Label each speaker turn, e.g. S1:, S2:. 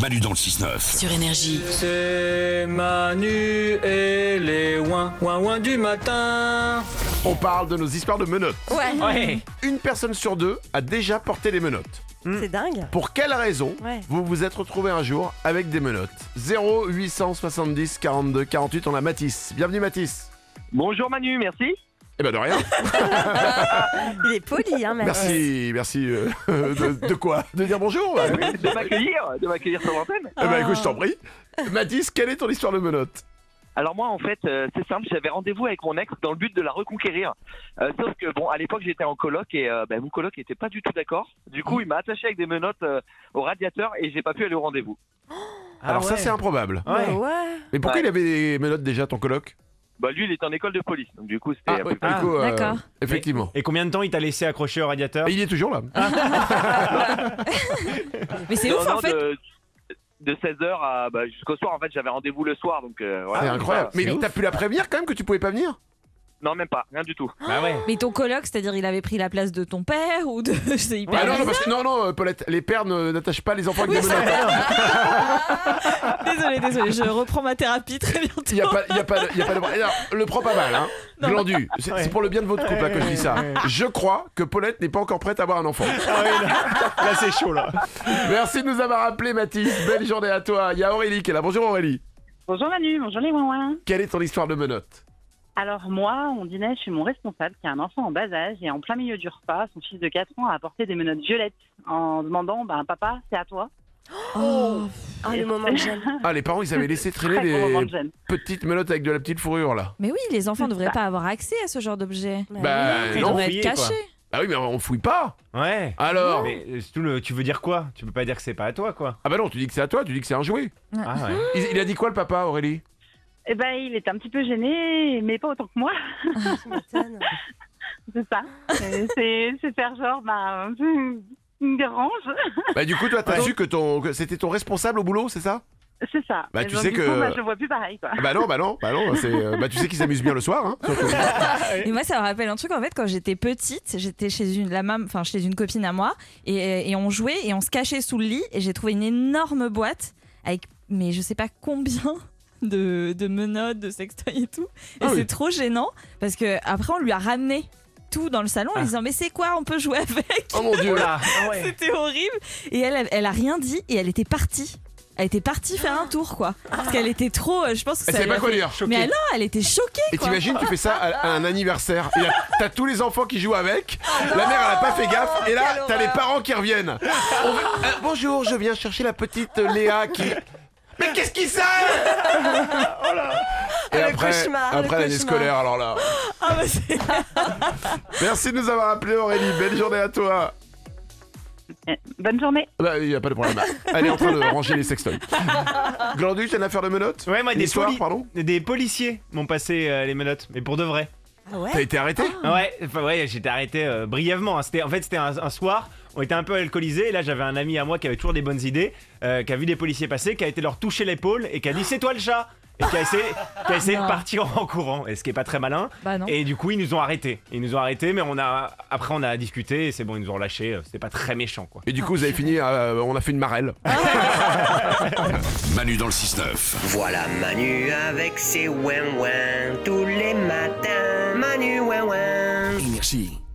S1: Manu dans le 6-9.
S2: Sur Énergie.
S3: C'est Manu et les ouin, ouin, ouin du matin.
S4: On parle de nos histoires de menottes.
S5: Ouais,
S6: Ouais.
S4: Une personne sur deux a déjà porté des menottes.
S5: c'est dingue.
S4: Pour quelle raison
S5: Ouais.
S4: vous vous êtes retrouvé un jour avec des menottes 0 870 42 48, on a Matisse. Bienvenue Matisse.
S6: Bonjour Manu, merci.
S4: Eh ben de rien.
S5: Il est poli, hein, Max.
S4: Merci, merci. euh, de, de quoi De dire bonjour ouais.
S6: De m'accueillir, de m'accueillir sur l'antenne.
S4: Eh ben écoute, je t'en prie. Matisse, quelle est ton histoire de menottes
S6: Alors moi en fait euh, c'est simple, j'avais rendez-vous avec mon ex dans le but de la reconquérir. Euh, sauf que bon à l'époque j'étais en coloc et euh, bah, mon coloc était pas du tout d'accord. Du coup il m'a attaché avec des menottes euh, au radiateur et j'ai pas pu aller au rendez-vous.
S7: Ah
S4: Alors ça c'est improbable.
S5: Bah
S6: Ouais.
S5: ouais.
S4: Mais pourquoi
S6: Ouais.
S4: il avait des menottes déjà ton coloc
S6: Bah lui il est en école de police donc du coup
S2: Ah,
S6: c'était un
S4: ouais,
S6: peu-
S4: du coup, euh,
S5: d'accord.
S4: Effectivement.
S7: Et combien de temps il t'a laissé accroché au radiateur
S4: Et il est toujours là.
S2: Mais c'est
S6: Non,
S2: ouf
S6: non,
S2: en fait.
S6: de, 16h à bah, jusqu'au soir en fait j'avais rendez-vous le soir donc euh, voilà.
S4: c'est incroyable.
S6: Bah,
S4: Mais t'as pu la prévenir quand même que tu pouvais pas venir
S6: non même pas, rien du tout.
S7: Bah ouais.
S2: Mais ton coloc, c'est-à-dire il avait pris la place de ton père ou de. C'est hyper.
S4: Ah non, non, parce que non, non, euh, Paulette, les pères ne- n'attachent pas les enfants avec des menottes.
S2: Désolé, désolé, je reprends ma thérapie très bientôt.
S4: Il n'y a, pas- il y a pas de. il y a pas de- Et alors, le prend pas mal, hein.
S2: Non.
S4: Glandu.
S7: ah,
S4: C'est c'est pour le bien de votre couple là, que je dis ça. Je crois que Paulette n'est pas encore prête à avoir un enfant.
S7: Ah ouais, là, là, c'est chaud là.
S4: Merci de nous avoir appelé, Mathis. Belle journée à toi. Il y a Aurélie qui est là. Bonjour Aurélie.
S8: Bonjour Manu, bonjour les ouin
S4: Quelle est ton histoire de menottes
S8: Alors moi, on dînait chez mon responsable qui a un enfant en bas âge et en plein milieu du repas, son fils de 4 ans a apporté des menottes violettes en demandant ben papa, c'est à toi.
S2: Oh.
S5: Oh, le moment que j'aime.
S4: Ah, les parents, ils avaient laissé traîner
S8: Très gros moment de
S4: les
S8: gêne.
S4: petites menottes avec de la petite fourrure là.
S2: Mais oui, les enfants ne devraient pas avoir accès à ce genre d'objet.
S4: Bah,
S2: Ils
S4: non.
S2: devraient être
S7: fouiller, quoi.
S2: cachés.
S4: Ah oui, mais on fouille pas.
S7: Ouais.
S4: Alors.
S7: Mais euh, c'est tout le, tu veux dire quoi Tu peux pas dire que c'est pas à toi quoi.
S4: Ah bah non, tu dis que c'est à toi, tu dis que c'est un jouet.
S7: Ah ouais.
S4: Il, il a dit quoi le papa, Aurélie
S8: Eh ben il était un petit peu gêné, mais pas autant que moi,
S5: Tu m'étonnes.
S8: c'est ça. Euh, c'est c'est faire genre ben hum, il me dérange,
S4: Bah du coup, toi, t'as su que ton, que c'était ton responsable au boulot, c'est ça
S8: c'est ça.
S4: Bah,
S8: Et
S4: tu
S8: donc,
S4: sais
S8: du
S4: que-
S8: coup, ben, je le vois plus pareil quoi.
S4: Ah Bah non, bah non, bah non, c'est, euh, bah tu sais qu'ils s'amusent bien le soir, hein, surtout.
S2: Ah, Et moi, ça me rappelle un truc. En fait, quand j'étais petite, j'étais chez une la mam, enfin chez une copine à moi, et, et on jouait et on se cachait sous le lit. Et j'ai trouvé une énorme boîte avec, mais je sais pas combien. De, de menottes, de sextoys et tout. Et
S4: Ah oui.
S2: c'est trop gênant parce que après on lui a ramené tout dans le salon en
S7: Ah.
S2: lui disant Mais c'est quoi On peut jouer avec
S4: Oh mon dieu,
S7: Voilà. Ah ouais.
S2: C'était horrible. Et elle, elle a rien dit et elle était partie. Elle était partie
S7: Ah.
S2: faire un tour quoi. Parce qu'elle était trop. euh, Je pense que
S4: elle
S2: ça.
S4: savait
S2: lui
S4: pas
S2: a
S4: quoi
S2: fait-
S4: dire.
S2: Mais alors, elle était choquée
S4: Et
S2: quoi.
S4: t'imagines, tu fais ça à, à un anniversaire. Et là, T'as tous les enfants qui jouent avec,
S5: Oh
S4: la mère elle a pas fait gaffe, et là
S2: Quelle
S4: t'as les
S2: horreur.
S4: parents qui reviennent. On veut- euh, bonjour, je viens chercher la petite Léa qui. Mais qu'est-ce qui ça
S7: Oh
S4: Et
S5: Le
S4: après,
S5: cauchemar, le
S4: après l'année
S5: cauchemar.
S4: scolaire, alors là.
S2: Ah, bah, c'est-
S4: Merci de nous avoir appelé Aurélie, belle journée à toi.
S8: Eh, Bonne journée.
S4: Bah, il y a pas de problème. Elle est en train de ranger les sextoys. Glandu, t'as une affaire de menottes
S7: Ouais, moi
S4: Une
S7: des,
S4: histoire,
S7: poli-
S4: pardon
S7: des policiers m'ont passé euh, les menottes, mais pour de vrai.
S2: Ah
S5: Eh
S2: ouais.
S4: T'as été arrêté
S7: Ouais, enfin, ouais, j'étais arrêté euh, brièvement. hein. C'était, en fait, c'était un, un soir. On était un peu alcoolisés. Et là, j'avais un ami à moi qui avait toujours des bonnes idées, euh, qui a vu des policiers passer, qui a été leur toucher l'épaule et qui a dit c'est toi le chat et qui a essayé, qui a essayé de
S2: Non.
S7: partir en courant. Et ce qui est pas très malin.
S2: Bah non.
S7: Et du coup, ils nous ont arrêtés. Ils nous ont arrêtés, mais on a après on a discuté et c'est bon, ils nous ont lâchés. C'est pas très méchant quoi.
S4: Et du coup, vous avez fini, euh, on a fait une marelle.
S1: Manu dans le 6-9.
S9: Voilà Manu avec ses ouin-ouin tous les matins. Manu ouin-ouin.
S1: Énergie.